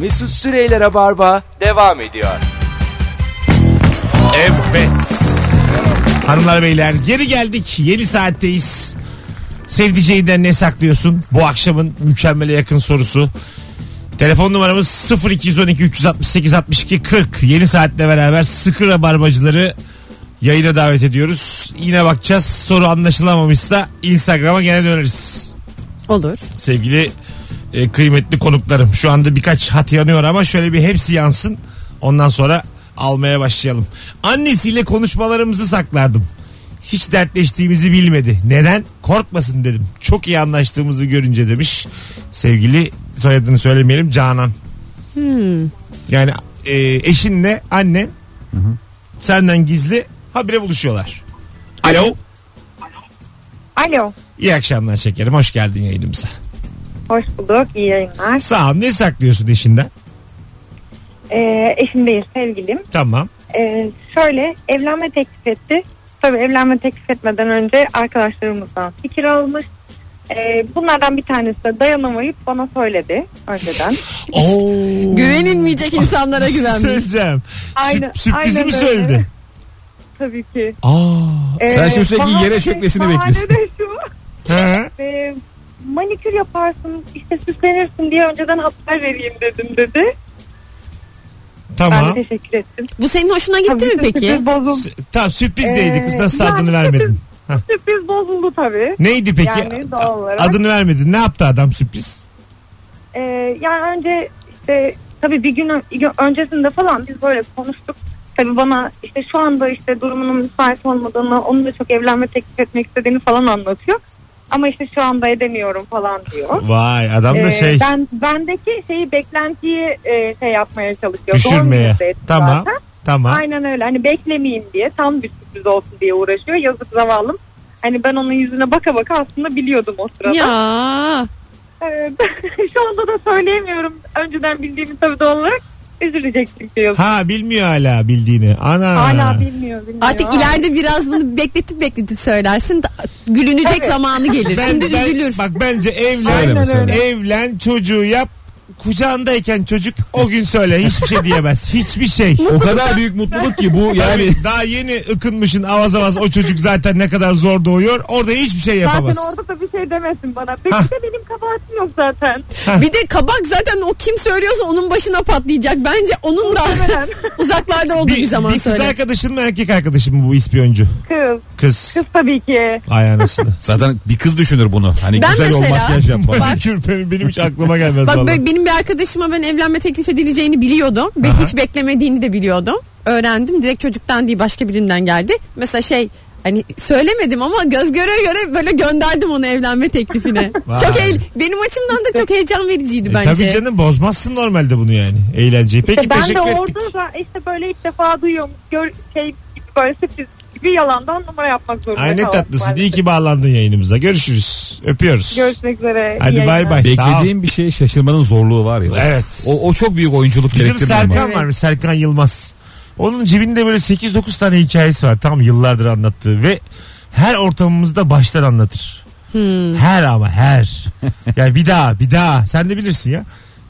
Mesut Süreyler'e barba devam ediyor. Evet. Hanımlar beyler geri geldik. Yeni saatteyiz. Sevdiceğinden ne saklıyorsun? Bu akşamın mükemmele yakın sorusu. Telefon numaramız 0212 368 62 40. Yeni saatle beraber sıkı rabarbacıları yayına davet ediyoruz. Yine bakacağız. Soru anlaşılamamışsa Instagram'a gene döneriz. Olur. Hmm. Sevgili e, kıymetli konuklarım. Şu anda birkaç hat yanıyor ama şöyle bir hepsi yansın. Ondan sonra almaya başlayalım. Annesiyle konuşmalarımızı saklardım. Hiç dertleştiğimizi bilmedi. Neden? Korkmasın dedim. Çok iyi anlaştığımızı görünce demiş. Sevgili soyadını söylemeyelim Canan. Yani e, eşinle annen senden gizli habire buluşuyorlar. Alo. Alo. İyi akşamlar şekerim. Hoş geldin yayınımıza. Hoş bulduk. İyi yayınlar. Sağ ol. Ne saklıyorsun eşinden? Ee, eşim değil sevgilim. Tamam. Ee, şöyle evlenme teklif etti. Tabii evlenme teklif etmeden önce arkadaşlarımızdan fikir almış. Ee, bunlardan bir tanesi de dayanamayıp bana söyledi önceden. Oo. Güvenilmeyecek insanlara Bir şey güvenmeyin. Söyleyeceğim. Aynen- Sürp- sürprizi aynen mi öyle. söyledi? Tabii ki. Ee, Aa. Sen şimdi sürekli bahane yere de- çökmesini bahane bekliyorsun. de şu. He. Ee, manikür yaparsın, işte süslenirsin diye önceden haber vereyim dedim dedi. Ben Tamam. de teşekkür ettim. Bu senin hoşuna gitti mi Tabii peki? sürpriz bozuldu. S- Tamam sürprizdeydi kız. Ee, Nasıl yani adını sürpriz- vermedin? Hah. Sürpriz bozuldu tabii. Neydi peki? Yani doğal olarak. Adını vermedin. Ne yaptı adam sürpriz? Ee, yani önce işte tabii bir gün bir gün öncesinde falan biz böyle konuştuk. Tabii bana işte şu anda işte durumunun müsait olmadığını, onun da çok evlenme teklif etmek istediğini falan anlatıyor. Ama işte şu anda edemiyorum falan diyor. Vay adam da Ee, şey ben bendeki şeyi beklentiyi e, şey yapmaya çalışıyor. Doğru düşürmeye. yüzde etti Tamam. zaten. Tamam. Aynen öyle. Hani beklemeyeyim diye tam bir sürpriz olsun diye uğraşıyor. Yazık zavallım. Hani ben onun yüzüne baka baka aslında biliyordum o sırada. Ya. Evet. Şu anda da söyleyemiyorum. Önceden bildiğimi tabii doğal olarak üzülecektim diyor. Ha bilmiyor hala bildiğini. Ana. Hala bilmiyor. bilmiyor. Artık ileride biraz bunu bekletip bekletip söylersin. da- Gülünecek Evet. zamanı gelir. E Şimdi ben, üzülür. Bak bence evlen, Söyleme Aynen söyle. evlen çocuğu yap. Kucağındayken çocuk o gün söyle hiçbir şey diyemez. Hiçbir şey. O kadar büyük mutluluk ki bu yani. daha yeni ıkınmışın avaz avaz o çocuk zaten ne kadar zor doğuyor. Orada hiçbir şey yapamaz. Zaten orada da bir şey demesin bana. Peki Hah. de benim kabahatim yok zaten. Bir de kabak zaten o kim söylüyorsa onun başına patlayacak. Bence onun da Muhtemelen. uzaklarda olduğu bir, zaman bir kız söyle. arkadaşın mı erkek arkadaşın mı bu ispiyoncu? Kız. Kız. Kız tabii ki. Ay anasını. Zaten bir kız düşünür bunu. Hani Ben güzel ol mesela- makyaj yap bana. Manikür benim, benim hiç aklıma gelmez Bak vallahi. be- benim bir arkadaşıma ben evlenme teklif edileceğini biliyordum. Ve hiç beklemediğini de biliyordum. Öğrendim. Direkt çocuktan değil başka birinden geldi. Mesela şey hani söylemedim ama göz göre göre böyle gönderdim onu evlenme teklifine. Vay. çok eğ- benim açımdan da çok heyecan vericiydi E, bence. tabii canım bozmazsın normalde bunu yani. Eğlenceyi. Peki İşte E, ben de teşekkür ettik. orada da işte böyle ilk defa duyuyorum. Gör, şey gibi böyle sürpriz gibi yalandan numara yapmak zorunda Ay ne kaldım tatlısın. maalesef. İyi ki bağlandın yayınımıza. Görüşürüz. Öpüyoruz. Görüşmek üzere. İyi Hadi bay yayınlar. bay. Sağ ol. Beklediğim bir şey şaşırmanın zorluğu var ya. Evet. O, o çok büyük oyunculuk Bizim gerektirmiyor ama. Serkan varmış Serkan Yılmaz. Onun cebinde böyle 8-9 tane hikayesi var. Tam yıllardır anlattığı ve her ortamımızda baştan anlatır. Her ama her. yani bir daha bir daha sen de bilirsin ya.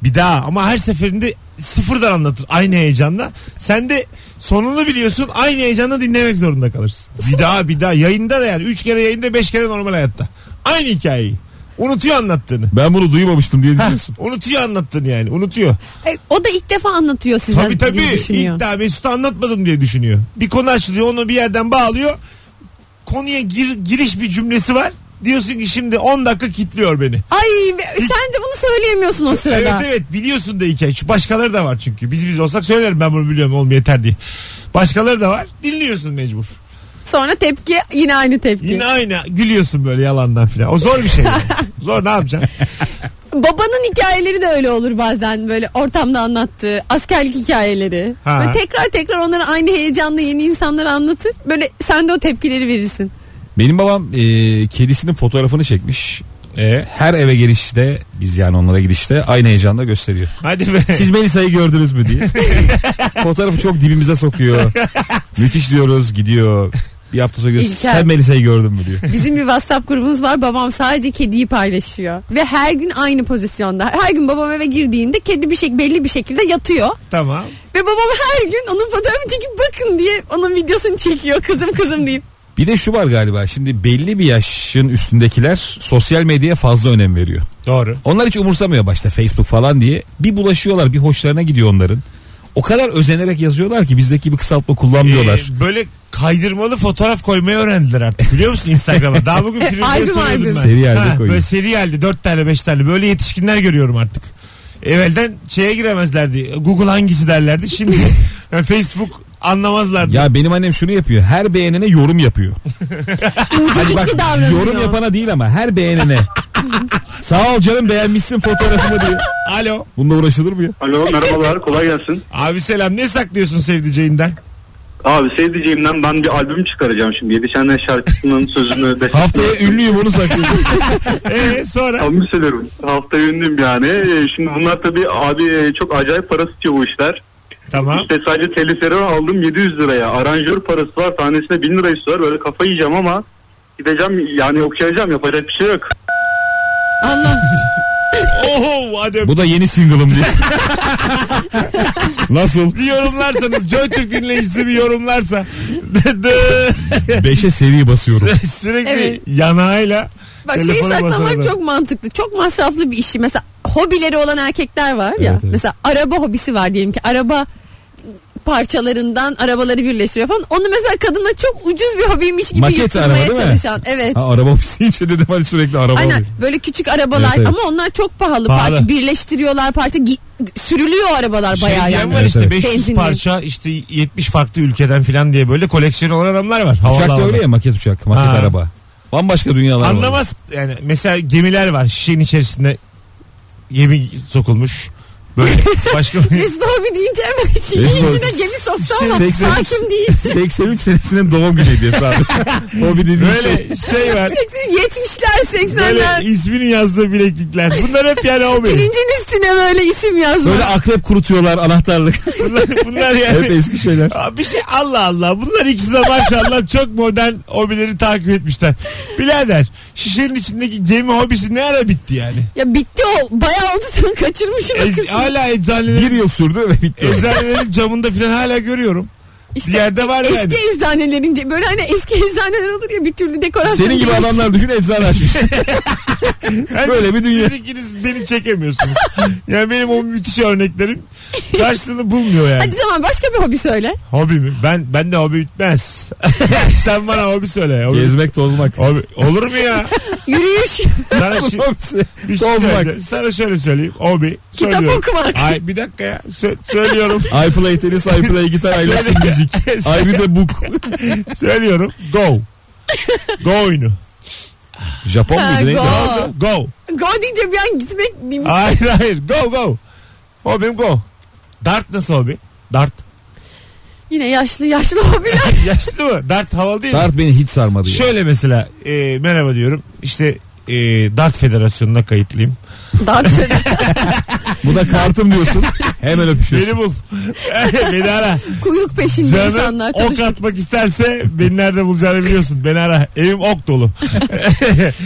Bir daha ama her seferinde sıfırdan anlatır aynı heyecanla. Sen de sonunu biliyorsun aynı heyecanla dinlemek zorunda kalırsın. Bir daha bir daha yayında da yani 3 kere yayında 5 kere normal hayatta. Aynı hikayeyi. Unutuyor anlattığını. Ben bunu duymamıştım diye Heh, diyorsun. unutuyor anlattığını yani unutuyor. E, o da ilk defa anlatıyor size. Tabii tabii. diye düşünüyor. İlk daha Mesut'u anlatmadım diye düşünüyor. Bir konu açılıyor onu bir yerden bağlıyor. Konuya gir- giriş bir cümlesi var. Diyorsun ki şimdi 10 dakika kitliyor beni. Ay ve- sen de bunu söyleyemiyorsun o sırada. Evet evet biliyorsun da hikaye. Şu başkaları da var çünkü. Biz biz olsak söylerim ben bunu biliyorum oğlum yeter diye. Başkaları da var. Dinliyorsun mecbur. Sonra tepki yine aynı tepki. Yine aynı gülüyorsun böyle yalandan filan. O zor bir şey. yani. zor ne yapacaksın? Babanın hikayeleri de öyle olur bazen böyle ortamda anlattığı askerlik hikayeleri. Ha. Böyle tekrar tekrar onları aynı heyecanla yeni insanlara anlatır. Böyle sen de o tepkileri verirsin. Benim babam e, kedisinin fotoğrafını çekmiş. E, Her eve gelişte biz yani onlara gidişte aynı heyecanla gösteriyor. hadi be. Siz Melisa'yı gördünüz mü diye. Fotoğrafı çok dibimize sokuyor. Müthiş diyoruz gidiyor. bir hafta sonra görüyorsun. İlker. Sen Melisa'yı gördün mü diyor. Bizim bir WhatsApp grubumuz var. Babam sadece kediyi paylaşıyor. Ve her gün aynı pozisyonda. Her gün babam eve girdiğinde kedi bir şey belli bir şekilde yatıyor. Tamam. Ve babam her gün onun fotoğrafını çekip bakın diye onun videosunu çekiyor. Kızım kızım deyip. Bir de şu var galiba şimdi belli bir yaşın üstündekiler sosyal medyaya fazla önem veriyor. Doğru. Onlar hiç umursamıyor başta Facebook falan diye. Bir bulaşıyorlar bir hoşlarına gidiyor onların. O kadar özenerek yazıyorlar ki bizdeki bir kısaltma kullanmıyorlar. Ee, böyle kaydırmalı fotoğraf koymayı öğrendiler artık biliyor musun Instagram'a? Daha bugün Firuze'ye Albüm soruyordum albüm. ben. Seri halde Ha, koyuyor. Böyle seri halde 4 tane 5 tane böyle yetişkinler görüyorum artık. Evvelden şeye giremezlerdi. Google hangisi derlerdi. Şimdi yani Facebook anlamazlardı. Ya benim annem şunu yapıyor. Her beğenene yorum yapıyor. Hani bak İncelikli davranıyor. yorum yapana değil ama her beğenene. Sağ ol canım beğenmişsin fotoğrafımı diyor. Alo. Bununla uğraşılır mı ya? Alo merhabalar kolay gelsin. Abi selam ne saklıyorsun sevdiceğinden? Abi sevdiceğimden ben bir albüm çıkaracağım şimdi. Yedişenler şarkısının sözünü de... Haftaya ünlüyüm onu saklıyorum. Ee sonra Tamam söylüyorum. Haftaya ünlüyüm yani. Ee, Şimdi bunlar tabii abi e, çok acayip para tutuyor bu işler. tamam. İşte sadece telifleri aldım 700 liraya. Aranjör parası var tanesine 1000 lira istiyorlar. Böyle kafa yiyeceğim ama gideceğim yani okuyacağım yapacak bir şey yok. Allah. Oho hadi öp- Bu da yeni single'ım diye. Nasıl? bir yorumlarsanız Joy Türk dinleyicisi bir yorumlarsa Dı dı. Beşe seri basıyorum. sürekli Evet. yanağıyla Bak şeyi telefona saklamak basarlar. çok mantıklı. Çok masraflı bir işi. Mesela hobileri olan erkekler var ya. Evet, evet. Mesela araba hobisi var diyelim ki. Araba parçalarından arabaları birleştiriyor falan. Onu mesela kadına çok ucuz bir hobiymiş gibi Maket yutturmaya araba değil mi? çalışan. Evet. Ha, araba ofisi için dedim hani sürekli araba Aynen oluyor. böyle küçük arabalar Evet, evet. ama onlar çok pahalı. Pahalı. Parça birleştiriyorlar parça gi- sürülüyor arabalar Şey bayağı diyen yani. var Evet, işte evet. 500 Benzinli. parça işte 70 farklı ülkeden filan diye böyle koleksiyon olan adamlar var. Havalı Uçak da havalı. öyle ya maket uçak, maket Ha. araba. Bambaşka dünyalar var. Anlamaz yani mesela gemiler var şişenin içerisinde gemi sokulmuş. Böyle başka Mesut abi deyince hemen şişin Mesut- içine gemi soktu ama Seksen- hakim değil. 83 senesinin doğum günü diye sadece. o bir dediğin şey. böyle şey var. 70'ler 80'ler. Böyle isminin yazdığı bileklikler. Bunlar hep yani o benim. Pirincin üstüne böyle isim yazma. Böyle akrep kurutuyorlar anahtarlık. Bunlar, bunlar Hep yani. eski şeyler. Aa, bir şey Allah Allah bunlar ikisi de maşallah çok modern hobileri takip etmişler. Birader şişenin içindeki gemi hobisi ne ara bitti yani? Ya bitti o. Bayağı oldu sen kaçırmışsın o E, kısmı. hala eczanelerin Bir yıl sürdü ve bitti. Eczanelerin camında filan hala görüyorum. İşte bir yerde var eski yani. eczanelerince böyle hani eski eczaneler olur ya bir türlü dekorasyon. Senin gibi değişik. adamlar düşün eczane açmış. Yani Böyle bir dünya. Siz ikiniz beni çekemiyorsunuz. yani benim o müthiş örneklerim karşılığını bulmuyor yani. Hadi zaman başka bir hobi söyle. Hobi mi? Ben ben de hobi bitmez. Sen bana hobi söyle. Hobi, Gezmek tozmak. hobi- olur mu ya? Yürüyüş, Sana şi- Hepsi. bir şey tozmak. söyleyeceğim. Sana şöyle söyleyeyim. Hobi. kitap Söylüyorum. okumak. Ay bir dakika ya. Sö- söylüyorum. I play tenis, I play gitar, I listen music. I read a book. söylüyorum. Go. Go oyunu. Japon Ha, muydu neydi? go. Go. go. Go deyince bir an gitmek diyeyim. Hayır hayır. Go go. Hobim go. Dart nasıl hobi? Dart. Yine yaşlı yaşlı hobiler. Yaşlı mı? Dart havalı değil mi? Dart beni hiç sarmadı ya. Şöyle mesela e, merhaba diyorum. İşte e, Dart Federasyonu'na kayıtlıyım. Daha sonra Bu da kartım diyorsun. Hemen öpüşüyorsun. Beni bul. beni ara. kuyruk peşinde Canım insanlar. ok tanışıyor. atmak isterse beni nerede bulacağını biliyorsun. Beni ara. Evim ok dolu.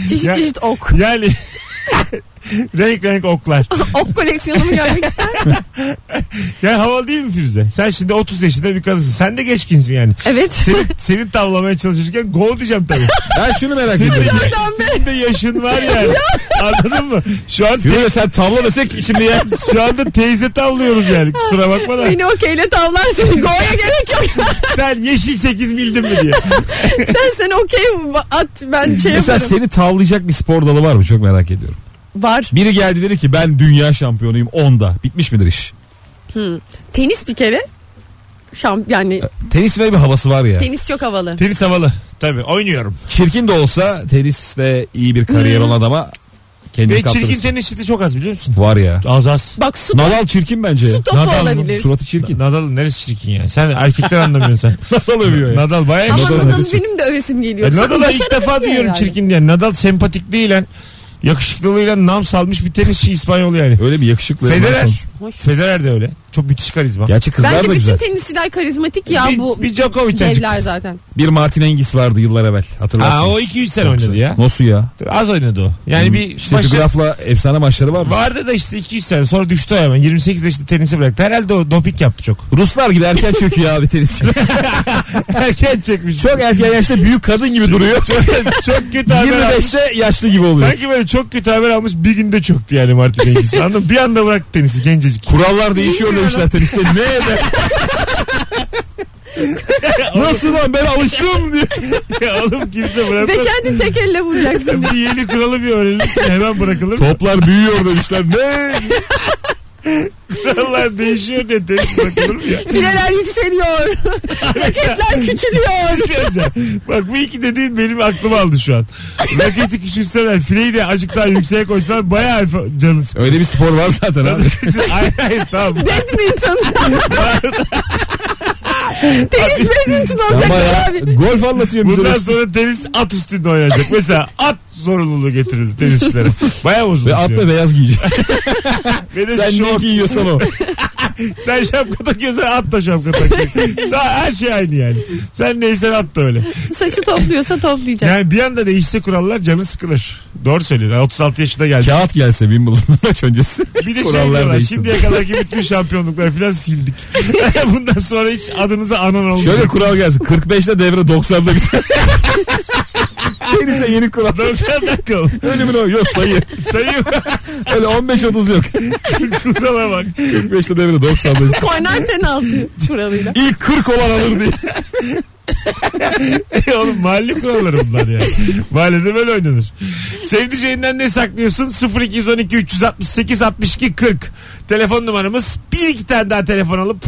Çeşit Ya- çeşit ok. Yani renk renk oklar. ok koleksiyonumu görmek ister misin? Yani havalı değil mi Firuze? Sen şimdi 30 yaşında bir kadınsın. Sen de geçkinsin yani. Evet. Seni, seni tavlamaya çalışırken go diyeceğim tabii. Ben şunu merak Senin de, ediyorum. senin de yaşın var yani. Anladın mı? Şu an Firuze sen tavla desek şimdi ya. şu anda teyze tavlıyoruz yani. Kusura bakma da. Beni okeyle tavlarsın. Go'ya gerek yok. Sen yeşil 8 bildin mi diye. sen sen okey at ben şey Mesela yaparım. seni tavlayacak bir spor dalı var mı? Çok merak ediyorum. Var. Biri geldi dedi ki ben dünya şampiyonuyum 10'da. Bitmiş midir iş? Tenis bir kere. Şam, yani Tenis ve bir havası var ya. tenis çok havalı. Tenis havalı. Tabii oynuyorum. Çirkin de olsa teniste iyi bir kariyer Hmm. olan adama kendini Ve çirkin kaptırırsın. tenisçi de çok az biliyor musun? Var ya. Az az. Bak su, Nadal çirkin bence ya. su topu Nadal mı? olabilir. Suratı çirkin. Nadal'ın neresi çirkin ya? Sen erkekler anlamıyorsun sen. Nadal övüyor ya. Nadal bayağı Ama Nadal Nadal, neresi? benim de övesim geliyor. Ya Çok Nadal'ı E, ilk başarılı defa bir şey duyuyorum herhalde. çirkin diye. Nadal sempatikliğiyle, yakışıklılığıyla nam salmış bir tenisçi İspanyol yani. Öyle bir yakışıklı. Federer. Nadal sonuç. Hoş. Federer de öyle. Çok müthiş karizma. Gerçi kızlar Bence da bütün güzel. tenisçiler karizmatik ya bir, bu bir Djokovic açık. devler zaten. Bir Martin Engis vardı yıllar evvel hatırlarsınız. Aa, o 2-3 sene oynadı ya. Nasıl ya? Az oynadı o. Yani bir işte başa- Graf'la efsane maçları var. vardı da işte 2-3 sene sonra düştü o hemen. 28 yaşında tenisi bıraktı. Herhalde o doping yaptı çok. Ruslar gibi erken çöküyor abi tenisçi. Erken çekmiş. Çok erken yaşta büyük kadın gibi duruyor. çok, çok kötü haber almış. 25'te yaşlı gibi oluyor. Sanki böyle çok kötü haber almış bir günde çöktü yani Martin Hingis. Anladın mı? Bir anda bıraktı tenisi gencecik. Kurallar değişiyor demişler teniste. Ne eder? Nasıl lan ben alıştım diye. Ya Oğlum kimse Ve bırakmaz. kendi tek elle vuracaksın. bir yeni kuralı bir öğrenirsin hemen bırakılır. Toplar büyüyor demişler. Ne? Kurallar değişiyor diye tenis bırakılır mı ya? Fileler yükseliyor. Raketler küçülüyor. Bir şey söyleyeceğim. Bak bu iki dediğim benim aklıma aldı şu an. Raketi küçültseler fileyi de azıcık daha yükseğe koysalar bayağı fa- canı sıkılır. Öyle bir spor var zaten abi. hayır hayır tamam. Badminton. Tenis badminton olacak Ama ya abi. golf anlatıyor bize. Bundan sonra tenis at üstünde oynanacak. Mesela at zorunluluğu getirildi tenisçilere. Bayağı uzun Ve sürüyor. atla beyaz giyecek. Ve de Sen ne şort. giyiyorsan o. Sen şapka takıyorsan at da şapka takıyor. Sa- her şey aynı yani. Sen neysen at da öyle. Saçı topluyorsa toplayacak. Yani bir anda değişse kurallar canı sıkılır. Doğru söylüyorsun. 36 yaşında geldi. Kağıt gelse Wimbledon maç öncesi. Bir de şey kurallar diyorlar değişti. şimdiye kadarki bütün şampiyonluklar filan sildik. Bundan sonra hiç adınızı anan olmayacak. Şöyle kural gelsin. 45'te devre 90'da biter. Tenise yeni kural. 90 dakika oldu. Ölümün o. Yok sayı. Sayı Öyle 15-30 yok. kurala bak. 45'te devre 90'da biter. Korner penaltı kuralıyla. İlk 40 olan alır diye. Oğlum mahalle kuralları bunlar yani. Mahallede böyle oynanır. Sevdiceğinden ne saklıyorsun? 0212 368 62 40. Telefon numaramız. Bir iki tane daha telefon alıp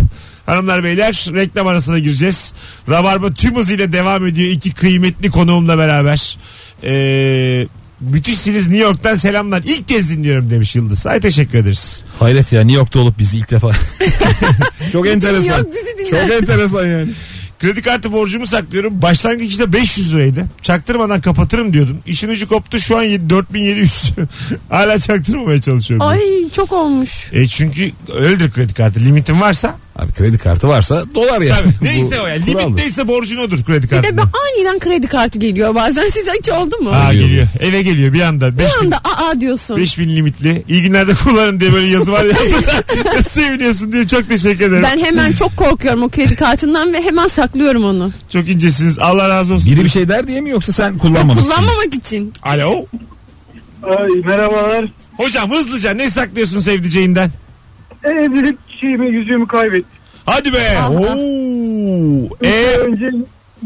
hanımlar beyler reklam arasına gireceğiz. Rabarba tüm hızıyla devam ediyor. iki kıymetli konuğumla beraber. Ee, müthişsiniz New York'tan selamlar. İlk kez dinliyorum demiş Yıldız. Ay teşekkür ederiz. Hayret ya New York'ta olup bizi ilk defa. Çok Yok enteresan. bizi dinle. Çok enteresan yani. Kredi kartı borcumu saklıyorum. Başlangıçta 500 liraydı. Çaktırmadan kapatırım diyordum. İşin ucu koptu. Şu an yedi- 4700. Hala çaktırmamaya çalışıyorum. Ay çok olmuş. E çünkü öyledir kredi kartı. Limitin varsa. Abi kredi kartı varsa dolar ya. Tabii. Neyse Bu o ya. kuraldır. Limit neyse borcun odur kredi Bir kartı. de ben aniden kredi kartı geliyor bazen. Size hiç oldu mu? Aa, Geliyor. geliyor. Eve geliyor bir anda. Bir 5000 anda aa diyorsun. 5000 limitli. İyi günlerde kullanın diye böyle yazı var ya. Seviniyorsun diye çok teşekkür ederim. Ben hemen çok korkuyorum o kredi kartından ve hemen saklıyorum onu. Çok incesiniz. Allah razı olsun. Biri bir şey der diye mi yoksa sen kullanmamışsın? Kullanmamak için. Alo. Ay, merhabalar. Hocam hızlıca ne saklıyorsun sevdiceğinden? Evlilik şeyimi yüzüğümü kaybettim. Hadi be. Oo. E, Önce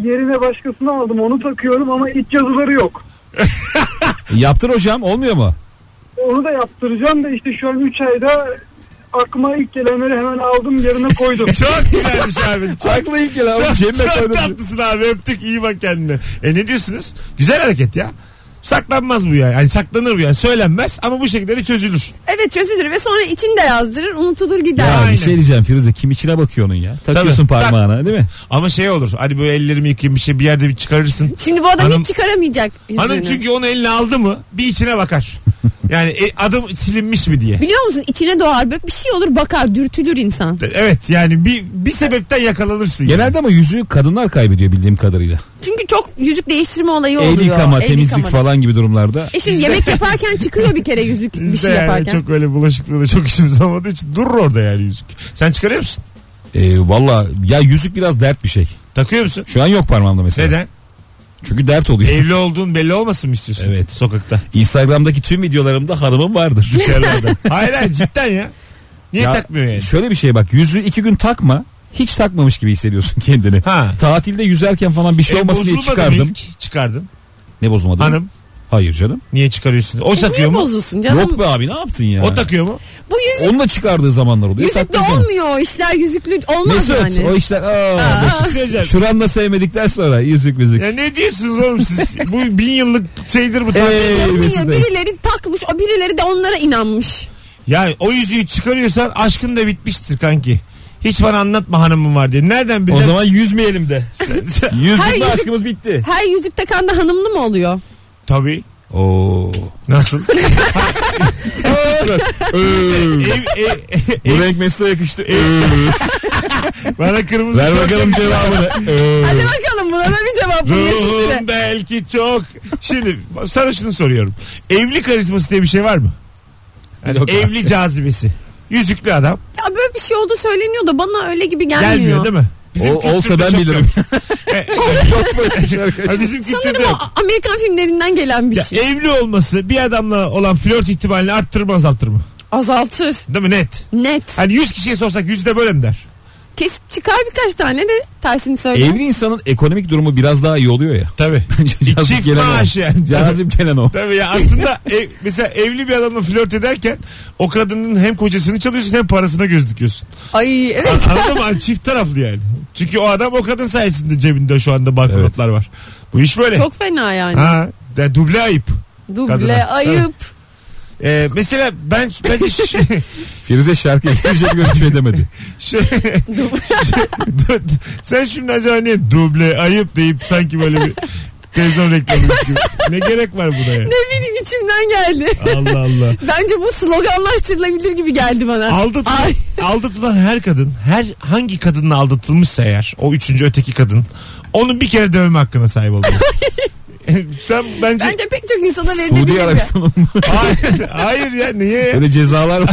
yerine başkasını aldım onu takıyorum ama iç yazıları yok. Yaptır hocam olmuyor mu? Onu da yaptıracağım da işte şu an 3 ayda aklıma ilk gelenleri hemen aldım yerine koydum. Çok güzelmiş abi. Çok, Aklı ilk gelen çok, abi cebime çok koydum. tatlısın abi. Öptük iyi bak kendine. E ne diyorsunuz? Güzel hareket ya. Saklanmaz bu yani. yani saklanır bu yani. Söylenmez ama bu şekilde de çözülür. Evet çözülür ve sonra içinde yazdırır unutulur gider. Ya Aynen. bir şey diyeceğim Firuze kim içine bakıyor onun ya? Takıyorsun Tabii. parmağına değil mi? Ama şey olur. Hadi böyle ellerimi yıkayayım bir şey bir yerde bir çıkarırsın. Şimdi bu adam Hanım- hiç çıkaramayacak yüzünü. Hanım çünkü onu eline aldı mı bir içine bakar. Yani e, adım silinmiş mi diye. Biliyor musun içine doğar böyle bir şey olur bakar dürtülür insan. Evet yani bir bir sebepten yakalanırsın. yani. Genelde ama yüzüğü kadınlar kaybediyor bildiğim kadarıyla. Çünkü çok yüzük değiştirme olayı oluyor. El yıkama, El temizlik yıkamada. falan gibi durumlarda. E şimdi yemek yaparken çıkıyor bir kere yüzük bir Bizde şey yani yaparken. çok öyle bulaşıklığı da çok işimiz olmadığı için durur orada yani yüzük. Sen çıkarıyor musun? Ee, Valla ya yüzük biraz dert bir şey. Takıyor musun? Şu an yok parmağımda mesela. Neden? Çünkü dert oluyor. Evli olduğun belli olmasın mı istiyorsun? Evet. Sokakta. Instagram'daki tüm videolarımda hanımım vardır. Dışarıda. hayır hayır cidden ya. Niye Ya, takmıyor yani? Şöyle bir şey bak yüzüğü iki gün takma. Hiç takmamış gibi hissediyorsun kendini. Ha. Tatilde yüzerken falan bir şey E, olmasın diye bozulmadı mı çıkardım. ilk? Çıkardın. Ne bozulmadı? Hanım Hayır canım. niye çıkarıyorsun? O E takıyor niye mu? bozulsun canım? Yok be abi ne yaptın ya? O takıyor mu? Bu yüzük Onunla çıkardığı zamanlar oluyor. yüzükle taktığı zaman. olmuyor o işler yüzüklü olmaz Mesut yani. o işler aa, Aa. şey Söyleyeceğim. Şuranla sevmedikten sonra yüzük müzik. Ya ne diyorsunuz oğlum siz? Bu bin yıllık şeydir bu. Ee, Olmuyor. Mesut Bey. Birileri takmış o birileri de onlara inanmış. Ya o yüzüğü çıkarıyorsan aşkın da bitmiştir kanki. Hiç bana anlatma hanımım var diye. Nereden O bileceksin? zaman yüzmeyelim de. Hayır, Yüzlükle yüzük- aşkımız bitti. Her yüzük takan da hanımlı mı oluyor? Tabii. Oo. Nasıl? yakıştılar. Ee, Ev, ev, Bu renk Mesut'a yakıştı. Ee, bana kırmızı Ver çok bakalım yakıştı. cevabını. Ee, Hadi bakalım buna ben bir cevap bulayım size. Ruhum belki çok. Şimdi sana şunu soruyorum. Evli karizması diye bir şey var mı? Yani Yok abi. evli cazibesi. Yüzüklü adam. Ya böyle bir şey oldu söyleniyor da bana öyle gibi gelmiyor. Gelmiyor, değil mi? O- olsa kültürde ben çok bilirim. yok. Çok böyle bir şey arkadaşlar. Ha, bizim kültürde Sanırım yok. o Amerikan filmlerinden gelen bir Ya şey. evli olması bir adamla olan flört ihtimalini arttırır mı azaltır mı? Azaltır. Değil mi net? Net. Hani 100 kişiye sorsak yüzde böyle mi der? Kes çıkar birkaç tane de tersini söyle. Evli insanın ekonomik durumu biraz daha iyi oluyor ya. Tabii. Cazip Çift gelen maaş o. yani. Cazip gelen o. Tabii ya aslında ev- mesela evli bir adamla flört ederken o kadının hem kocasını çalıyorsun hem parasına göz dikiyorsun. Ay evet. An- Anladın mı? Hani Çift taraflı yani. Çünkü o adam o kadın sayesinde cebinde şu anda banknotlar var. Bu iş böyle. Çok fena yani. Ha, de duble ayıp. Duble kadına. ayıp. Ee, mesela ben bence şey, Firuze şarkıya girecek bir şey demedi. şey- Du- sen şimdi acaba niye duble ayıp deyip sanki böyle bir televizyon reklamı gibi. Ne gerek var buna ya? Ne bileyim içimden geldi. Allah Allah. Bence bu sloganlaştırılabilir gibi geldi bana. Aldatılan, Ay. aldatılan her kadın her hangi kadınla aldatılmışsa eğer o üçüncü öteki kadın onu bir kere dövme hakkına sahip oluyor. Sen bence, Bence pek çok insana verilebilir. Suudi ya. Arabistan'ın hayır, hayır ya niye ya? böyle cezalar var.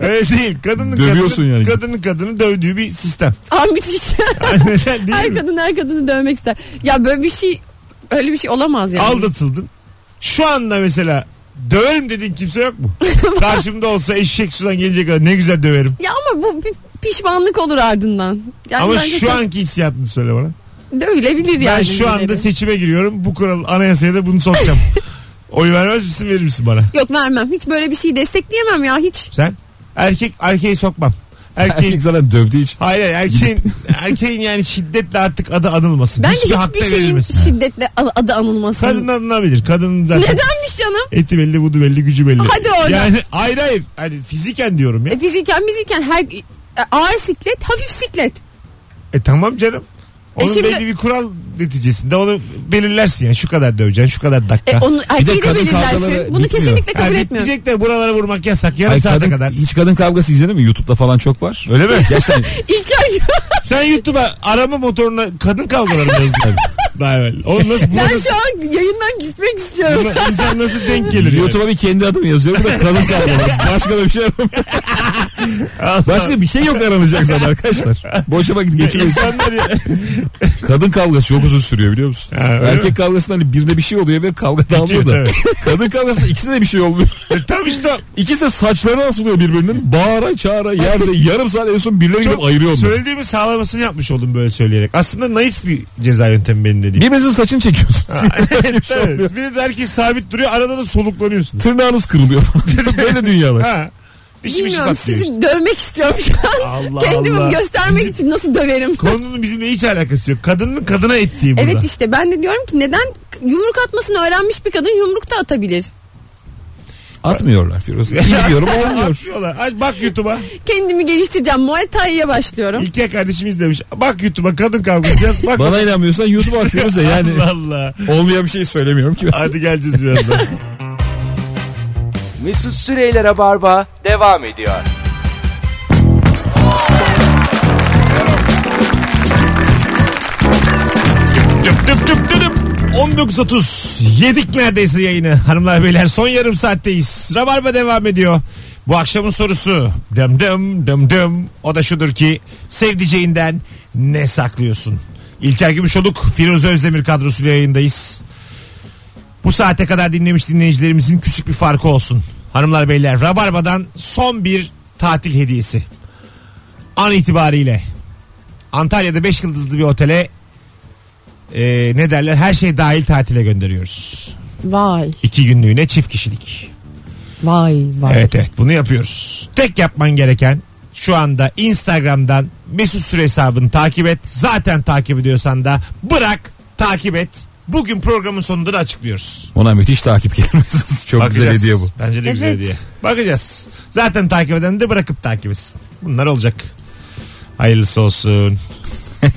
Öyle değil. Kadının Dövüyorsun kadını, yani. kadının kadını dövdüğü bir sistem. Aa, müthiş. Değil mi? her kadın her kadını dövmek ister. Ya böyle bir şey öyle bir şey olamaz yani. Aldatıldın. Şu anda mesela döverim dediğin kimse yok mu? Karşımda olsa eşek sudan gelecek kadar ne güzel döverim. Ya ama bu bir pişmanlık olur ardından. Yani Ama bence şu çok anki hissiyatını söyle bana. dövülebilir yani. ben şu anda birileri. seçime giriyorum. Bu kural anayasaya da bunu sokacağım. Oy vermez misin verir misin bana? Yok vermem. Hiç böyle bir şeyi destekleyemem ya hiç. Sen? Erkek erkeği sokmam. Erkeğin Erkek zaten dövdüğü için. Hayır hayır, erkeğin erkeğin yani şiddetle artık adı anılmasın. Ben de Hiçbir hiçbir hakta şeyin verilmesin. şiddetle adı- adı anılmasın. Kadın anılabilir. Kadın zaten Nedenmiş canım? Eti belli budu belli gücü belli. Hadi oradan. Yani hayır hayır. Hani fiziken diyorum ya. E, fiziken fiziken her e, ağır siklet hafif siklet. E tamam canım. Onun E şimdi- belli bir kural neticesinde onu belirlersin yani şu kadar döveceksin şu kadar dakika. E, onu erkeği de, kadın kavgaları belirlersin. Bunu bitmiyor. kesinlikle kabul Yani etmiyorum. bitmeyecek de buralara vurmak yasak yarım Ay, saate kadın, kadar. Hiç kadın kavgası izledin mi? Youtube'da falan çok var. Öyle mi? Gerçekten İlk ay- Sen YouTube'a arama motoruna kadın kavgaları yazdın. Daha evvel. Onu nasıl, buna ben nasıl, şu an yayından gitmek istiyorum. buna insan nasıl denk gelir yani? YouTube'a bir kendi adımı yazıyorum. Bu da kadın kavgaları. Başka da bir şey yok. Allah. Başka bir şey yok aranacak zaten arkadaşlar. Boşa vakit geçirmeyiz. İnsanlar ya. Kadın kavgası çok uzun sürüyor biliyor musun? Ha, öyle Erkek kavgasında hani birine bir şey oluyor ve kavga dağılıyor da. tabii. Kadın kavgasında ikisine de bir şey olmuyor. E, tam işte İkisi de saçları asılıyor birbirinin. Bağıra çağıra yerde yarım saat en son birileri gidip çok ayırıyor onları. söylediğimi sağlamasını yapmış oldum böyle söyleyerek. Aslında naif bir ceza yöntemi benim dediğim. Birbirinizin saçını çekiyorsunuz. Öyle bir şey Evet. olmuyor. Bir de herkes sabit duruyor arada da soluklanıyorsun. Tırnağınız kırılıyor. Böyle dünyalar. ha. Dişim işi Bilmiyorum patlıyor. sizi dövmek istiyorum şu an. şey Allah Kendimi Allah. göstermek Bizim- için nasıl döverim? Konunun bizimle hiç alakası yok. Kadının kadına ettiği burada. Evet işte ben de diyorum ki neden yumruk atmasını öğrenmiş bir kadın yumruk da atabilir. Atmıyorlar Firuze. İzliyorum olmuyor. Atıyorlar. Aç bak YouTube'a. Kendimi geliştireceğim. Muay Thai'ye başlıyorum. İlker kardeşimiz demiş. Bak YouTube'a kadın kavgası yaz. Bak. Bana inanmıyorsan YouTube'a at Firuze. Yani Allah Allah. olmayan bir şey söylemiyorum ki. ben. Hadi geleceğiz birazdan. Mesut Süreyler'e barba devam ediyor. Dıp dıp dıp dıp dıp. 19.30 yedik neredeyse yayını hanımlar beyler son yarım saatteyiz Rabarba devam ediyor bu akşamın sorusu dım dım dım dım o da şudur ki sevdiceğinden ne saklıyorsun İlker Gümüşoluk Firuze Özdemir kadrosuyla yayındayız bu saate kadar dinlemiş dinleyicilerimizin küçük bir farkı olsun hanımlar beyler Rabarba'dan son bir tatil hediyesi an itibariyle Antalya'da 5 yıldızlı bir otele e, ne derler her şey dahil tatile gönderiyoruz. Vay İki günlüğüne çift kişilik. vay vay. Evet evet bunu yapıyoruz. Tek yapman gereken şu anda Instagram'dan Mesut Süre hesabını takip et. Zaten takip ediyorsan da bırak takip et. Bugün programın sonunda da açıklıyoruz. Ona müthiş takip gelmesi. Çok güzel hediye bu. Bence de güzel Evet. hediye. Bakacağız. Zaten takip eden de bırakıp takip etsin. Bunlar olacak. Hayırlısı olsun.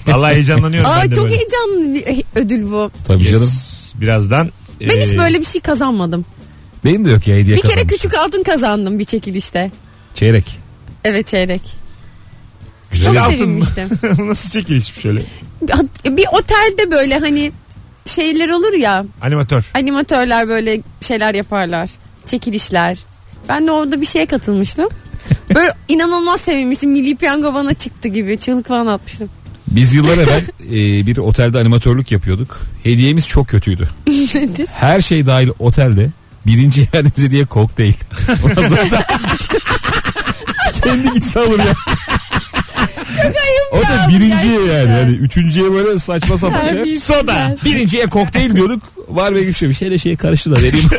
Vallahi heyecanlanıyorum Aa ben de çok böyle. heyecanlı bir eh, ödül bu. Tabii Yes. canım. Birazdan. Ben hiç e, böyle bir şey kazanmadım. Benim de yok ya hediye Bir kere kazanmışım. küçük altın kazandım bir çekilişte. Çeyrek. Evet çeyrek. Güzel Çok altın mı? sevinmiştim. Nasıl çekilişmiş şöyle? Bir- bir otelde böyle hani şeyler olur ya Animatör. animatörler böyle şeyler yaparlar. Çekilişler. Ben de orada bir şeye katılmıştım. Böyle inanılmaz sevinmiştim. Milli piyango bana çıktı gibi. Çığlık falan atmıştım. Biz yıllar evvel e, bir otelde animatörlük yapıyorduk. Hediyemiz çok kötüydü. Nedir? Her şey dahil otelde birinci yerimize diye kokteyl. Ondan sonra- Kendi gitse alır ya. O da ya, birinciye gerçekten. yani. yani. Üçüncüye böyle saçma sapan şey. Terbiyesiz Soda. Birinciye kokteyl diyorduk. Var ve gibi şey. Bir şeyle şeye karıştılar. Vereyim.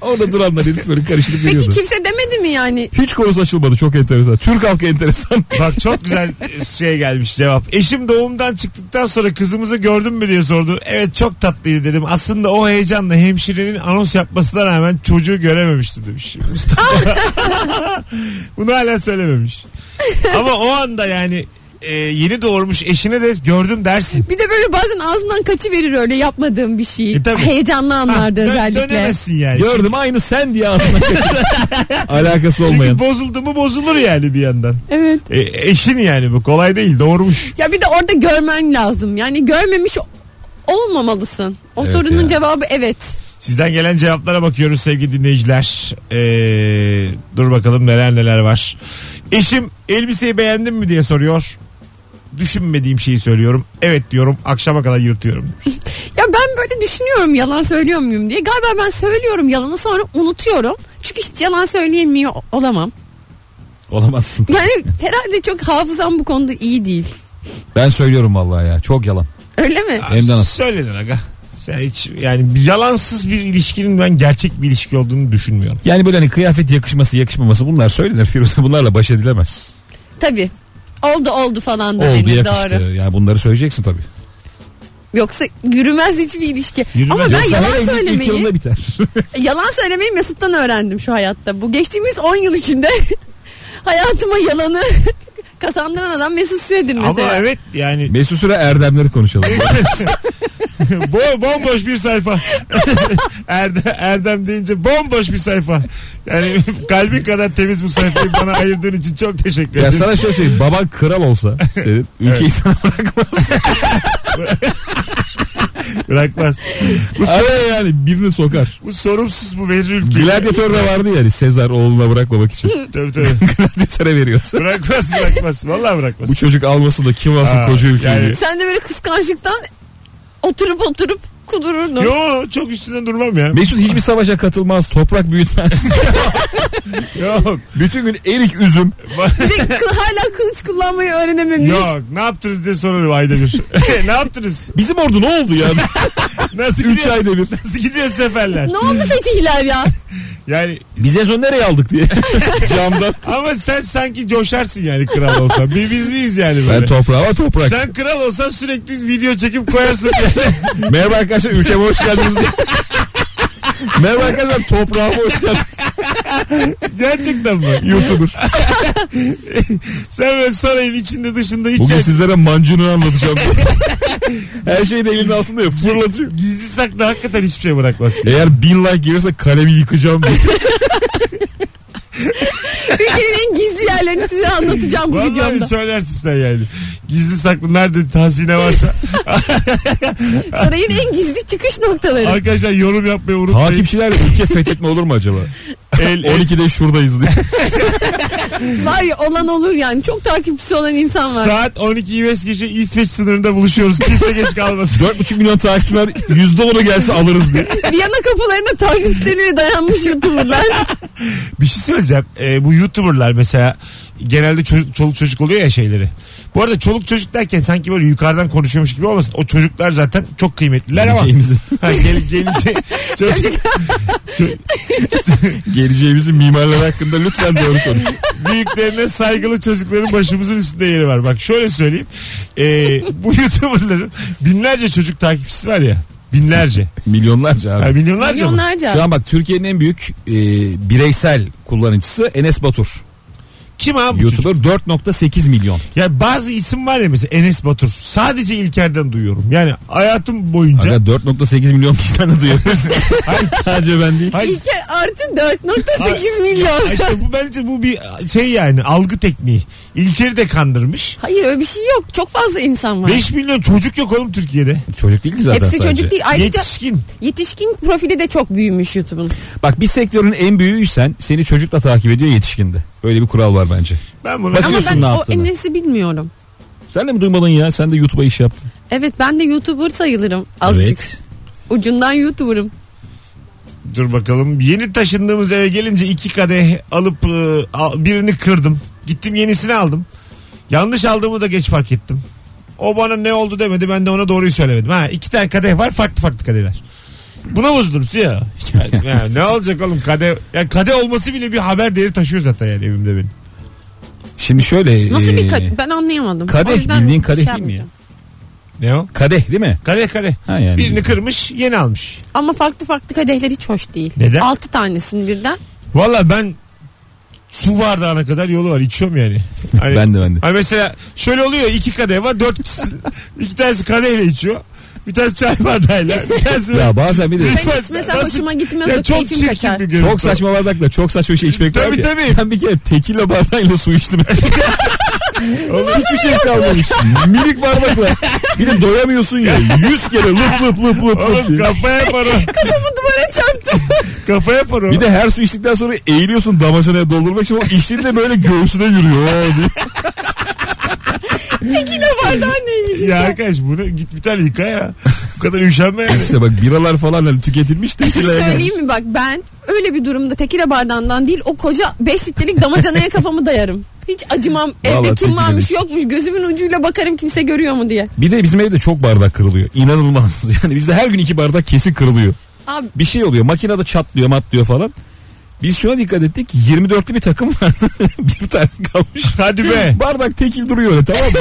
Orada duranlar herif böyle karıştırıp Peki veriyordu. kimse demedi mi yani? Hiç konusu açılmadı. Çok enteresan. Türk halkı enteresan. Bak çok güzel şey gelmiş cevap. Eşim doğumdan çıktıktan sonra kızımızı gördün mü diye sordu. Evet çok tatlıydı dedim. Aslında o heyecanla hemşirenin anons yapmasına rağmen çocuğu görememiştim demiş. Mustafa. Bunu hala söylememiş. Ama o anda yani e, yeni doğurmuş eşine de gördüm dersin. Bir de böyle bazen ağzından kaçıverir öyle yapmadığım bir şey. E, tabii. Heyecanlı anlarda Dö- özellikle. Dönemezsin yani. Gördüm aynı sen diye aslında. Alakası Çünkü olmayan. bozuldu mu bozulur yani bir yandan. Evet. E, eşin yani bu kolay değil doğurmuş. Ya bir de orada görmen lazım. Yani görmemiş olmamalısın. O Evet sorunun ya. cevabı evet. Sizden gelen cevaplara bakıyoruz sevgili dinleyiciler. Ee, dur bakalım neler neler var. Eşim elbiseyi beğendin mi diye soruyor. Düşünmediğim şeyi söylüyorum. Evet diyorum. Akşama kadar yırtıyorum. Ya ben böyle düşünüyorum yalan söylüyor muyum diye. Galiba ben söylüyorum yalanı sonra unutuyorum. Çünkü hiç yalan söyleyemiyor olamam. Olamazsın. Yani herhalde çok hafızam bu konuda iyi değil. Ben söylüyorum vallahi ya. Çok yalan. Öyle mi? Hem de Şey, nasıl? Söylenir aga. Sen hiç yani bir yalansız bir ilişkinin ben gerçek bir ilişki olduğunu düşünmüyorum. Yani böyle hani kıyafet yakışması yakışmaması bunlar söylenir. Firuze bunlarla baş edilemez. Tabii. Oldu oldu falan da Oldu hani yakıştı. doğru. Yani bunları söyleyeceksin tabii. Yoksa yürümez hiçbir ilişki. Yürümez. Ama ben Yoksa her yalan evlilik ilk söylemeyi, yılında biter. yalan söylemeyi Mesut'tan öğrendim şu hayatta. Bu geçtiğimiz 10 yıl içinde hayatıma yalanı kazandıran adam Mesut Süredir Ama mesela. evet yani Mesut Süre erdemleri konuşalım. Bo- bomboş bir sayfa. Erdem, Erdem deyince bomboş bir sayfa. Yani kalbin kadar temiz bu sayfayı bana ayırdığın için çok teşekkür ederim. ya sana şöyle söyleyeyim. Baban kral olsa senin ülkeyi sana bırakmaz. Bırakmaz. Bu, so- Araya yani birini sokar. bu sorumsuz bu verir ülkeyi. Gladyatör de vardı yani Sezar oğluna bırakmamak için. Tabii, tabii. Gladyatöre veriyorsun. Bırakmaz bırakmaz. Vallahi bırakmaz. Bu çocuk almasın da kim alsın Aa, koca ülkeyi yani- diye. Sen de böyle kıskançlıktan oturup oturup kudururdun. Yo çok üstüne durmam ya. Mesut hiçbir savaşa katılmaz. Toprak büyütmez. Yok. Bütün gün erik üzüm. Bir de kı- hala kılıç kullanmayı öğrenememiş. Yok. Ne yaptınız diye sorarım ayda bir. ne yaptınız? Bizim ordu ne oldu ya? Nasıl 3 gidiyor? ayda bir. Nasıl gidiyor seferler? Ne oldu fetihler ya? Yani Biz en son nereye aldık diye. Camdan. ama sen sanki coşarsın yani kral olsan. Bir biz miyiz yani böyle? Ben toprağa toprak. Sen kral olsan sürekli video çekip koyarsın. Yani. Merhaba arkadaşlar ülkeme hoş geldiniz. diye. Merhaba arkadaşlar toprağıma hoş geldiniz. Gerçekten mi? Youtuber. Sen böyle sarayın içinde dışında hiç Bugün sizlere mancunu anlatacağım. Her şey de elinin altında ya fırlatıyor. gizli saklı hakikaten hiçbir şey bırakmazsın. Eğer bin like gelirse kalemi yıkacağım diye. Ülkenin en gizli yerlerini size anlatacağım bu videomda. Vallahi şey söylersin sen yani. Gizli saklı nerede hazine varsa. Sarayın en gizli çıkış noktaları. Arkadaşlar yorum yapmayı unutmayın. Takipçiler ülke fethetme olur mu acaba? El, el, 12'de şuradayız diye. Var ya olan olur yani. Çok takipçisi olan insan var. saat 12'yi beş gece İsveç sınırında buluşuyoruz. Kimse geç kalmasın. 4,5 milyon takipçi var. %10'u gelse alırız diye. Viyana kapılarına takipçilerine dayanmış YouTuber'lar. Bir şey söyleyeceğim. Ee, bu YouTuber'lar mesela genelde ço- çoluk çocuk oluyor ya şeyleri. Bu arada çoluk çocuk derken sanki böyle yukarıdan konuşuyormuş gibi olmasın. O çocuklar zaten çok kıymetliler ama. Geleceğimizin, Ha, gel, gelince çocuk, geleceğimizin mimarları hakkında lütfen doğru konuş. büyüklerine saygılı çocukların başımızın üstünde yeri var. Bak şöyle söyleyeyim. Ee, bu YouTuber'ların binlerce çocuk takipçisi var ya. Binlerce. Milyonlarca abi. Ha, milyonlarca mı? Milyonlarca. Şu an bak Türkiye'nin en büyük e, bireysel kullanıcısı Enes Batur. Kim abi bu çocuk? YouTuber 4.8 milyon. Ya bazı isim var ya mesela Enes Batur. Sadece İlker'den duyuyorum. Yani hayatım boyunca. Aga 4.8 milyon kişiden de duyuyoruz. Hayır, Sadece ben değil. hayır. İlker artı 4.8 Hayır. milyon. Ya işte bu bence bu bir şey yani algı tekniği. İlker'i de kandırmış. Hayır öyle bir şey yok. Çok fazla insan var. 5 milyon çocuk yok oğlum Türkiye'de. Çocuk değil ki zaten Hepsi sadece. çocuk değil. Ayrıca Yetişkin. yetişkin profili de çok büyümüş YouTube'un. Bak bir sektörün en büyüğüysen seni çocukla takip ediyor yetişkinde. Öyle bir kural var bence. Ben bunu Ama Bakıyorsun ben ne o yaptığını. Enes'i bilmiyorum. Sen de mi duymadın ya? Sen de YouTube'a iş yaptın. Evet ben de YouTuber sayılırım azıcık. Evet. Ucundan YouTuber'ım. dur bakalım. Yeni taşındığımız eve gelince iki kadeh alıp e, al- birini kırdım. Gittim yenisini aldım. Yanlış aldığımı da geç fark ettim. O bana ne oldu demedi ben de ona doğruyu söylemedim. Ha iki tane kadeh var farklı farklı kadehler. Buna bozdum ya. Yani, yani ne olacak oğlum kadeh. Ya kadeh olması bile bir haber değeri taşıyor zaten yani evimde benim. Şimdi şöyle. Nasıl ee, bir kadeh? Ben anlayamadım. kadeh, O yüzden bildiğin kadeh şey değil mi ya? yapmayacağım. Ne o? Kadeh değil mi? Kadeh kadeh. Ha yani. Birini kırmış yeni almış. Ama farklı farklı kadehler hiç hoş değil. Neden? Altı tanesini birden. Valla ben su bardağına kadar yolu var içiyorum yani. Hani- Ben de ben de. Hani mesela şöyle oluyor iki kadeh var dört kişi iki tanesi kadehle içiyor. Bir tanesi çay bardağıyla bir tanesi Ya bazen bir de Ben hiç mesela Nasıl- hoşuma gitmez, o keyfim çirkin kaçar. bir görüntü. çok saçma bardakla çok saçma bir şey içmek Tabii, var ya. tabii. Ben bir kere tekila bardağıyla su içtim. Oğlum hiçbir şey kalmamış. Minik bardakla. Bir de doyamıyorsun ya. Yüz kere lıp lıp lıp lıp lıp. Oğlum diye. kafa yapar o. Kafamı duvara çarptım. kafa yapar o. Bir de her su içtikten sonra eğiliyorsun damacanaya doldurmak için. O içtiğin de böyle göğsüne yürüyor. Oo diye. Tekine bardağı neymiş? ya arkadaş bunu git bir tane yıka ya. Bu kadar üşenme yani. İşte bak biralar falan hani tüketilmiş Bir şey tekilaya gelmiş. söyleyeyim mi bak ben öyle bir durumda tekile bardağından değil o koca 5 litrelik damacanaya kafamı dayarım. Hiç acımam evde Vallahi kim varmış tekile yokmuş gözümün ucuyla bakarım kimse görüyor mu diye. Bir de bizim evde çok bardak kırılıyor. İnanılmaz. Yani bizde her gün iki bardak kesin kırılıyor. Abi Bir şey oluyor. Makinede çatlıyor matlıyor falan. Biz şuna dikkat ettik. 24'lü bir takım vardı. bir tane kalmış. Hadi be. Bardak tekil duruyor öyle tamam mı?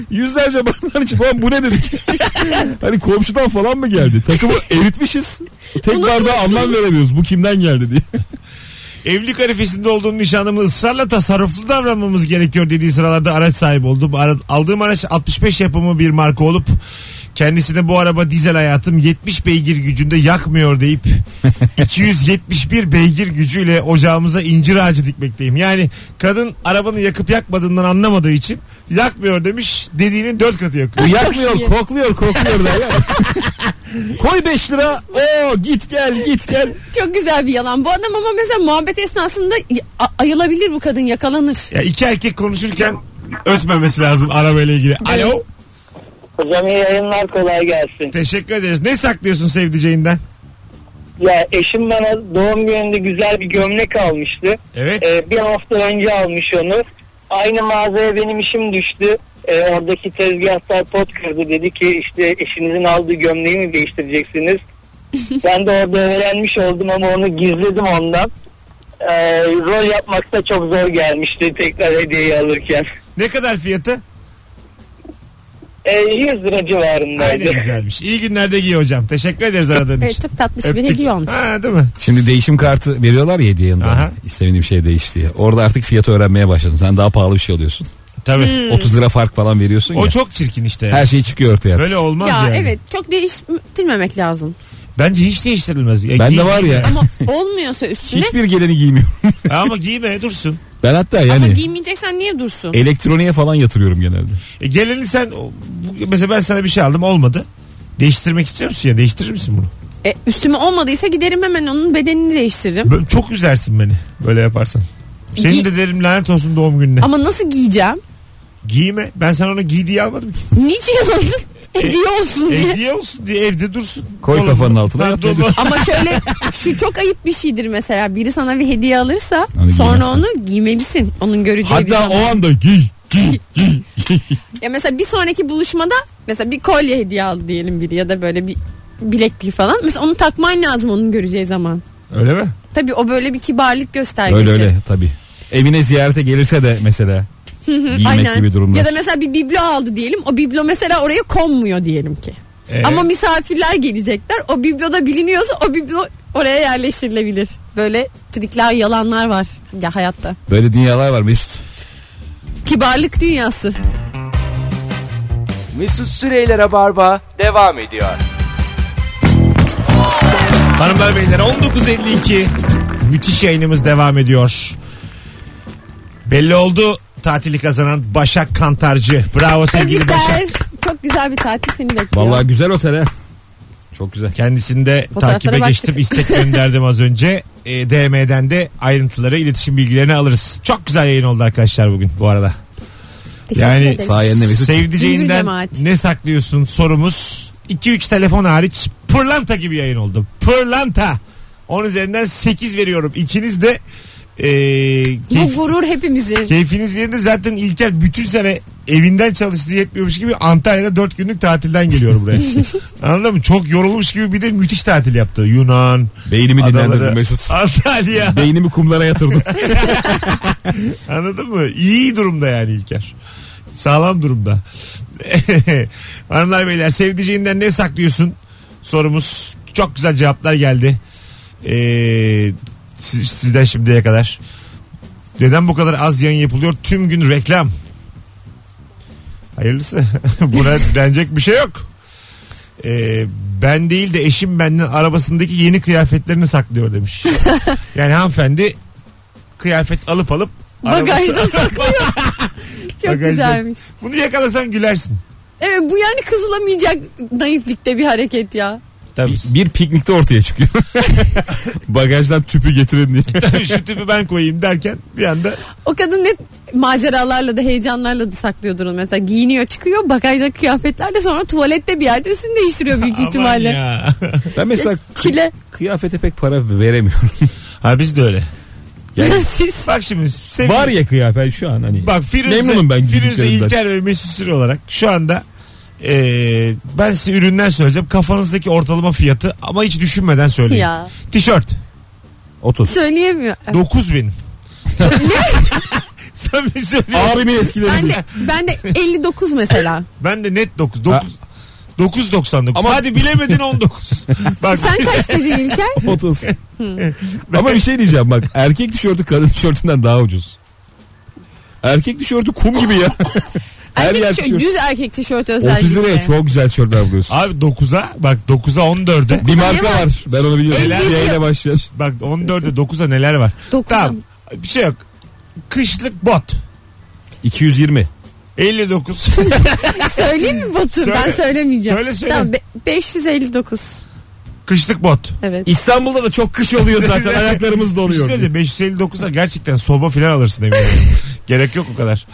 Yüzlerce bardağın içi "Ulan bu ne dedik. hani komşudan falan mı geldi? Takımı eritmişiz. Tek bardağı anlam veremiyoruz. Bu kimden geldi diye. Evlilik arifesinde olduğum nişanımı ısrarla tasarruflu davranmamız gerekiyor dediği sıralarda araç sahibi oldum. Ara- Aldığım araç 65 yapımı bir marka olup kendisine bu araba dizel hayatım 70 beygir gücünde yakmıyor deyip 271 beygir gücüyle ocağımıza incir ağacı dikmekteyim. Yani kadın arabanı yakıp yakmadığından anlamadığı için yakmıyor demiş dediğinin 4 katı yakıyor. Bu yakmıyor, kokluyor, kokluyor da ya. Koy 5 lira. Oo git gel, git gel. çok güzel bir yalan. Bu adam ama mesela muhabbet esnasında a- ayılabilir bu kadın yakalanır. Ya iki erkek konuşurken ötmemesi lazım arabayla ilgili. Alo. Hocam iyi yayınlar kolay gelsin. Teşekkür ederiz. Ne saklıyorsun sevdiceğinden? Ya eşim bana doğum gününde güzel bir gömlek almıştı. Evet. Ee, bir hafta önce almış onu. Aynı mağazaya benim işim düştü. Ee, oradaki tezgahtar pot kırdı. Dedi ki işte eşinizin aldığı gömleği mi değiştireceksiniz? ben de orada öğrenmiş oldum ama onu gizledim ondan. Ee, rol yapmakta çok zor gelmişti tekrar hediyeyi alırken. Ne kadar fiyatı? Ee, 100 lira civarındaydı. Aynen güzelmiş. İyi günlerde giy hocam. Teşekkür ederiz aradığın Evet, için. çok tatlış bir Öptük. hediye olmuş. Ha, değil mi? Şimdi değişim kartı veriyorlar ya hediye yanında. Aha. İstemediğim şey değiş diye. Orada artık fiyatı öğrenmeye başladın. Sen daha pahalı bir şey alıyorsun. Tabii. Hmm. 30 lira fark falan veriyorsun O ya. çok çirkin işte. Her şey çıkıyor ortaya. Böyle olmaz Ya yani. evet çok değiştirmemek lazım. Bence hiç değiştirilmez. E, Ya, Ben giy- de var ya. Ama olmuyorsa üstüne Hiçbir geleni giymiyorum. Ama giyme dursun. Ben hatta ama Şey yani giymeyeceksen niye dursun? elektroniğe falan yatırıyorum genelde. E, geleni sen o- bu- mesela ben sana bir şey aldım olmadı. Değiştirmek istiyor musun ya? Değiştirir misin bunu? E, üstüme olmadıysa giderim hemen onun bedenini değiştiririm. Böyle çok üzersin beni böyle yaparsan. Senin Giy- de derim lanet olsun doğum gününe. Ama nasıl giyeceğim? Giyme. Ben sana onu giy diye almadım ki. Niçin aldın? E, Hediye olsun diye. Hediye olsun diye evde dursun. Koy Dolabı- kafanın altına, Ben yap, dolabı- Ama şöyle şu çok ayıp bir şeydir mesela biri sana bir hediye alırsa Onu sonra Hani giyemezsin. onu giymelisin. Onun göreceği bir Hatta zaman. o anda giy giy giy. Ya mesela bir sonraki buluşmada mesela bir kolye hediye aldı diyelim biri ya da böyle bir bileklik falan. Mesela onu takman lazım onun göreceği zaman. Öyle mi? Tabii o böyle bir kibarlık göstergesi. öyle öyle tabii. Evine ziyarete gelirse de mesela giymek gibi durumlar. Ya da mesela bir biblo aldı diyelim. O biblo mesela oraya konmuyor diyelim ki. Ee, Ama misafirler gelecekler. O bibloda biliniyorsa o biblo oraya yerleştirilebilir. Böyle trikler, yalanlar var ya hayatta. Böyle dünyalar var Mesut. Kibarlık dünyası. Mesut Süreyler'e barba devam ediyor. Hanımlar beyler 19.52 müthiş yayınımız devam ediyor. Belli oldu tatili kazanan Başak Kantarcı. Bravo sevgili Tebrikler. Başak. Çok güzel bir tatil seni bekliyor. Vallahi güzel otel ha. Çok güzel. Kendisini de Fotoğraflara takibe baktık. geçtim. istek gönderdim az önce. E, DM'den de ayrıntıları, iletişim bilgilerini alırız. Çok güzel yayın oldu arkadaşlar bugün bu arada. Teşekkür Yani ederiz. Sayende Mesut. Güngör Sevdiceğinden cemaat. ne saklıyorsun sorumuz. 2-3 telefon hariç pırlanta gibi yayın oldu. Pırlanta. 10 üzerinden 8 veriyorum. İkiniz de e, Bu keyif- gurur hepimizin. keyfiniz yerinde zaten İlker bütün sene evinden çalıştığı yetmiyormuş gibi Antalya'da 4 günlük tatilden geliyor buraya. Anladın mı? Çok yorulmuş gibi bir de müthiş tatil yaptı. Yunan, Beynimi dinlendirdin adaları, Mesut. Antalya. Beynimi kumlara yatırdım. Anladın mı? İyi durumda yani İlker. Sağlam durumda. Hanımlar beyler sevdiceğinden ne saklıyorsun? Sorumuz. Çok güzel cevaplar geldi. Ee, siz- sizden şimdiye kadar. Neden bu kadar az yayın yapılıyor? Tüm gün reklam. Hayırlısı. Buna denecek bir şey yok. Ee, ben değil de eşim benden arabasındaki yeni kıyafetlerini saklıyor demiş. yani hanımefendi kıyafet alıp alıp Bagajda arabası- saklıyor. Çok Bagajda. güzelmiş. Bunu yakalasan gülersin. Evet bu yani kızılamayacak naiflikte bir hareket ya. Tabii. bir, bir piknikte ortaya çıkıyor. Bagajdan tüpü getirin diye. Şu tüpü ben koyayım derken bir anda O kadın ne maceralarla da heyecanlarla da saklıyordur onu. Mesela giyiniyor çıkıyor bagajda kıyafetlerle sonra tuvalette bir yerde üstünü değiştiriyor büyük aman ihtimalle. ya. Ben mesela kı- Çile. kıyafete pek para veremiyorum. ha biz de öyle. Yani Siz Bak şimdi sevgili- var ya kıyafet şu an hani. Bak Firuze, Memnunum ben Firuze giydiklerimden. İlker ve Mesut Süre olarak şu anda eee, ben size ürünler söyleyeceğim. Kafanızdaki ortalama fiyatı ama hiç düşünmeden söyleyin. ya. Tişört Otuz. Söyleyemiyor. 9000. Sen bir söyle. Abimin Ben eskileri. de, ben de 59 mesela. Ben de net 9. 9 9.99. Ama hadi bilemedin 19. Bak Sen kaç dedin İlker? 30. Ama bir şey diyeceğim bak erkek tişörtü kadın tişörtünden daha ucuz. Erkek tişörtü kum gibi ya. Her Erkek yer tişört- tişört. düz erkek tişörtü 30 özellikle. liraya çok güzel tişörtler buluyorsun. Abi 9'a bak 9'a 14'e. Bir Dokuzda marka ne var? var. Ben onu biliyorum. Neler? Bir ile başlayan. Bak 14'e 9'a neler var. Dokuza Tamam. mı? Bir şey yok. Kışlık bot. 220. 59. Söyleyeyim mi Batu? Söyle. Ben söylemeyeceğim. Söyle, söyle. Tamam, be- 559. Kışlık bot. Evet. İstanbul'da da çok kış oluyor zaten. Ayaklarımız donuyor. İşte de 559'a gerçekten soba filan alırsın eminim. Gerek yok o kadar.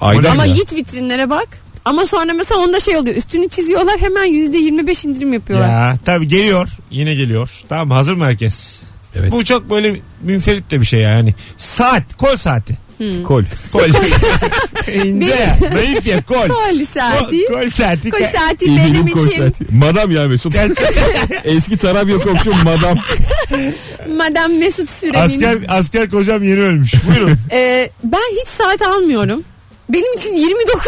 Ayda Ama güzel. git vitrinlere bak. Ama sonra mesela onda şey oluyor. Üstünü çiziyorlar hemen %25 indirim yapıyorlar. Ya tabii geliyor. Yine geliyor. Tamam mı? hazır mı herkes? Evet. Bu çok böyle münferit de bir şey yani. Saat, kol saati. Kol. Kol. İnce ya. Naif ya kol. Kol saati. Kol, kol saati. Kol Ka- saati İyi benim bilim kol için. saati. Madam ya Mesut. Gerçekten. Eski Tarabya komşum madam. Madem Mesut Süren'in. asker, asker kocam yeni ölmüş. Buyurun. Ee, ben hiç saat almıyorum. Benim için 29.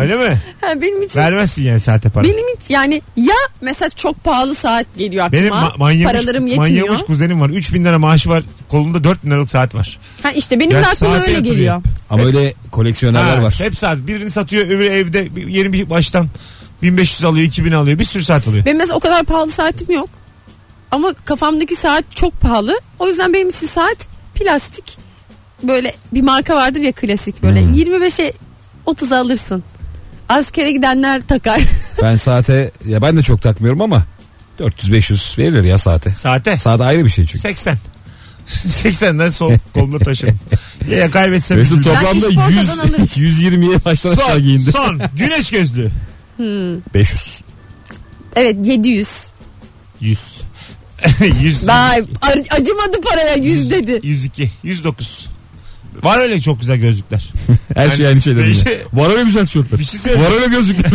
Öyle mi? Ha, benim için. Vermezsin yani saate para. Benim için yani ya mesela çok pahalı saat geliyor aklıma. Benim ma- manyamış, Paralarım yetmiyor. manyamış kuzenim var. 3000 lira maaşı var. Kolunda 4000 liralık saat var. Ha işte benim Ya de aklıma saate öyle yatırıyor. geliyor. Ama öyle koleksiyonerler Ha, var. Hep saat. Birini satıyor öbürü evde bir- yeni bir baştan 1500 alıyor 2000 alıyor bir sürü saat alıyor. Benim mesela o kadar pahalı saatim yok. Ama kafamdaki saat çok pahalı. O yüzden benim için saat plastik. Böyle bir marka vardır ya klasik böyle. 25'e 30'a alırsın. Askere gidenler takar. Ben saate ya ben de çok takmıyorum ama 400-500 verilir ya saate. Saate Saat ayrı bir şey çünkü. 80. 80'den sol koluna taşın. ya, ya kaybetsem Mesut üzülürüm. toplamda Ben işportadan alırım. 100, 120'ye baştan aşağı son, giyindi. son güneş gözlü. 500. evet 700. 100. 100. Vay ar- acımadı paraya 100 dedi. 102. 109. Var öyle çok güzel gözlükler. Her şey Yani aynı şey dedim değişik- ya. Var öyle güzel tişörtler. Bir şey söyleyeyim. Var öyle gözlükler.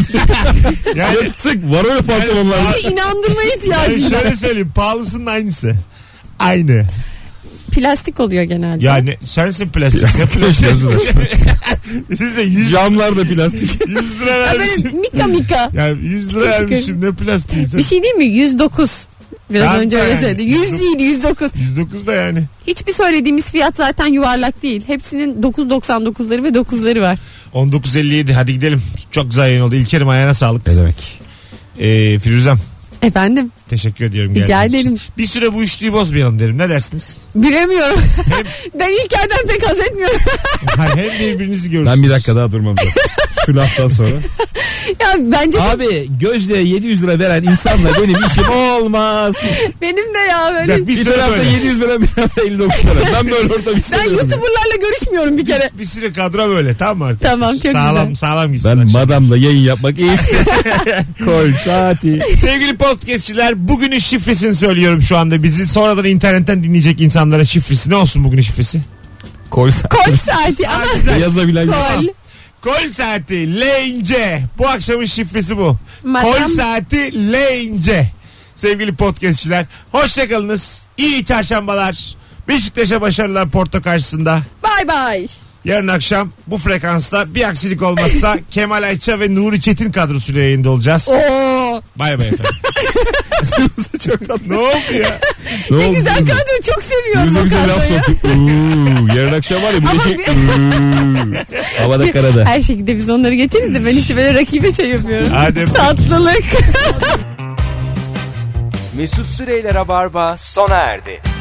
Yani, Sık var öyle pantolonlar. Bir İnandırma yani ihtiyacı. şöyle söyleyeyim pahalısının aynısı. Aynı. Plastik oluyor genelde. Yani sensin plastik. Ne Plastik yaşıyorsun Size 100, Camlar da plastik. 100 lira Ha böyle vermişim. mika mika. Yani 100 lira Küçük. vermişim ne plastiği. sen? Bir şey değil mi? 109. Biraz Tamam önce da öyle yani. söyledi. 100 değil 109. 109 da yani. Hiçbir söylediğimiz fiyat zaten yuvarlak değil. Hepsinin 9.99'ları ve 9'ları var. 19.57 hadi gidelim. Çok güzel yayın oldu. İlker'im ayağına sağlık. Ne demek? Ee, Firuzem Efendim teşekkür ediyorum. Rica geldiğiniz ederim. için. Bir süre bu üçlüyü bozmayalım derim. Ne dersiniz? bilemiyorum. ben ilk yerden pek haz etmiyorum. Ha, hem birbirinizi görürsünüz. Ben bir dakika daha durmam lazım. Şu laftan sonra. ya bence de- Abi Gözde'ye 700 lira veren insanla benim işim olmaz. benim de ya böyle. Ya bir, Bir süre tarafta böyle. 700 lira bir tarafta 59 lira. Ben böyle ortam ben istemiyorum. YouTuber'larla görüşmüyorum bir kere. Bir, bir süre kadro böyle tamam mı arkadaşlar? Tamam, çok sağlam, güzel. Sağlam gitsin. Ben akşam. madamla yayın yapmak istemiyorum. Koy saati. Sevgili podcastçiler bugünün şifresini söylüyorum şu anda. Bizi sonradan internetten dinleyecek insanlara şifresi. Ne olsun bugünün şifresi? Kol saati. Kol saati ama Yazabilen kol. Kol saati leyince. Bu akşamın şifresi bu. Madam- Kol saati leyince. Sevgili podcastçiler hoşçakalınız. İyi çarşambalar. Beşiktaş'a başarılar Porto karşısında. Bay bay. Yarın akşam bu frekansta bir aksilik olmazsa Kemal Ayça ve Nuri Çetin kadrosuyla yayında olacağız. Oh. Oo. Bay bay efendim. Çok tatlı. ne oldu ya? Ne Ne oldu güzel kızım? kadro çok seviyorum Birbirimize o bize laf kadroyu. soktuk. Uuu, yarın akşam var ya Ama bir şey. Havada karada. Her şekilde biz onları getiririz de ben işte böyle rakibe şey yapıyorum. Adem. Tatlılık. Mesut Süreyler'e barba sona erdi.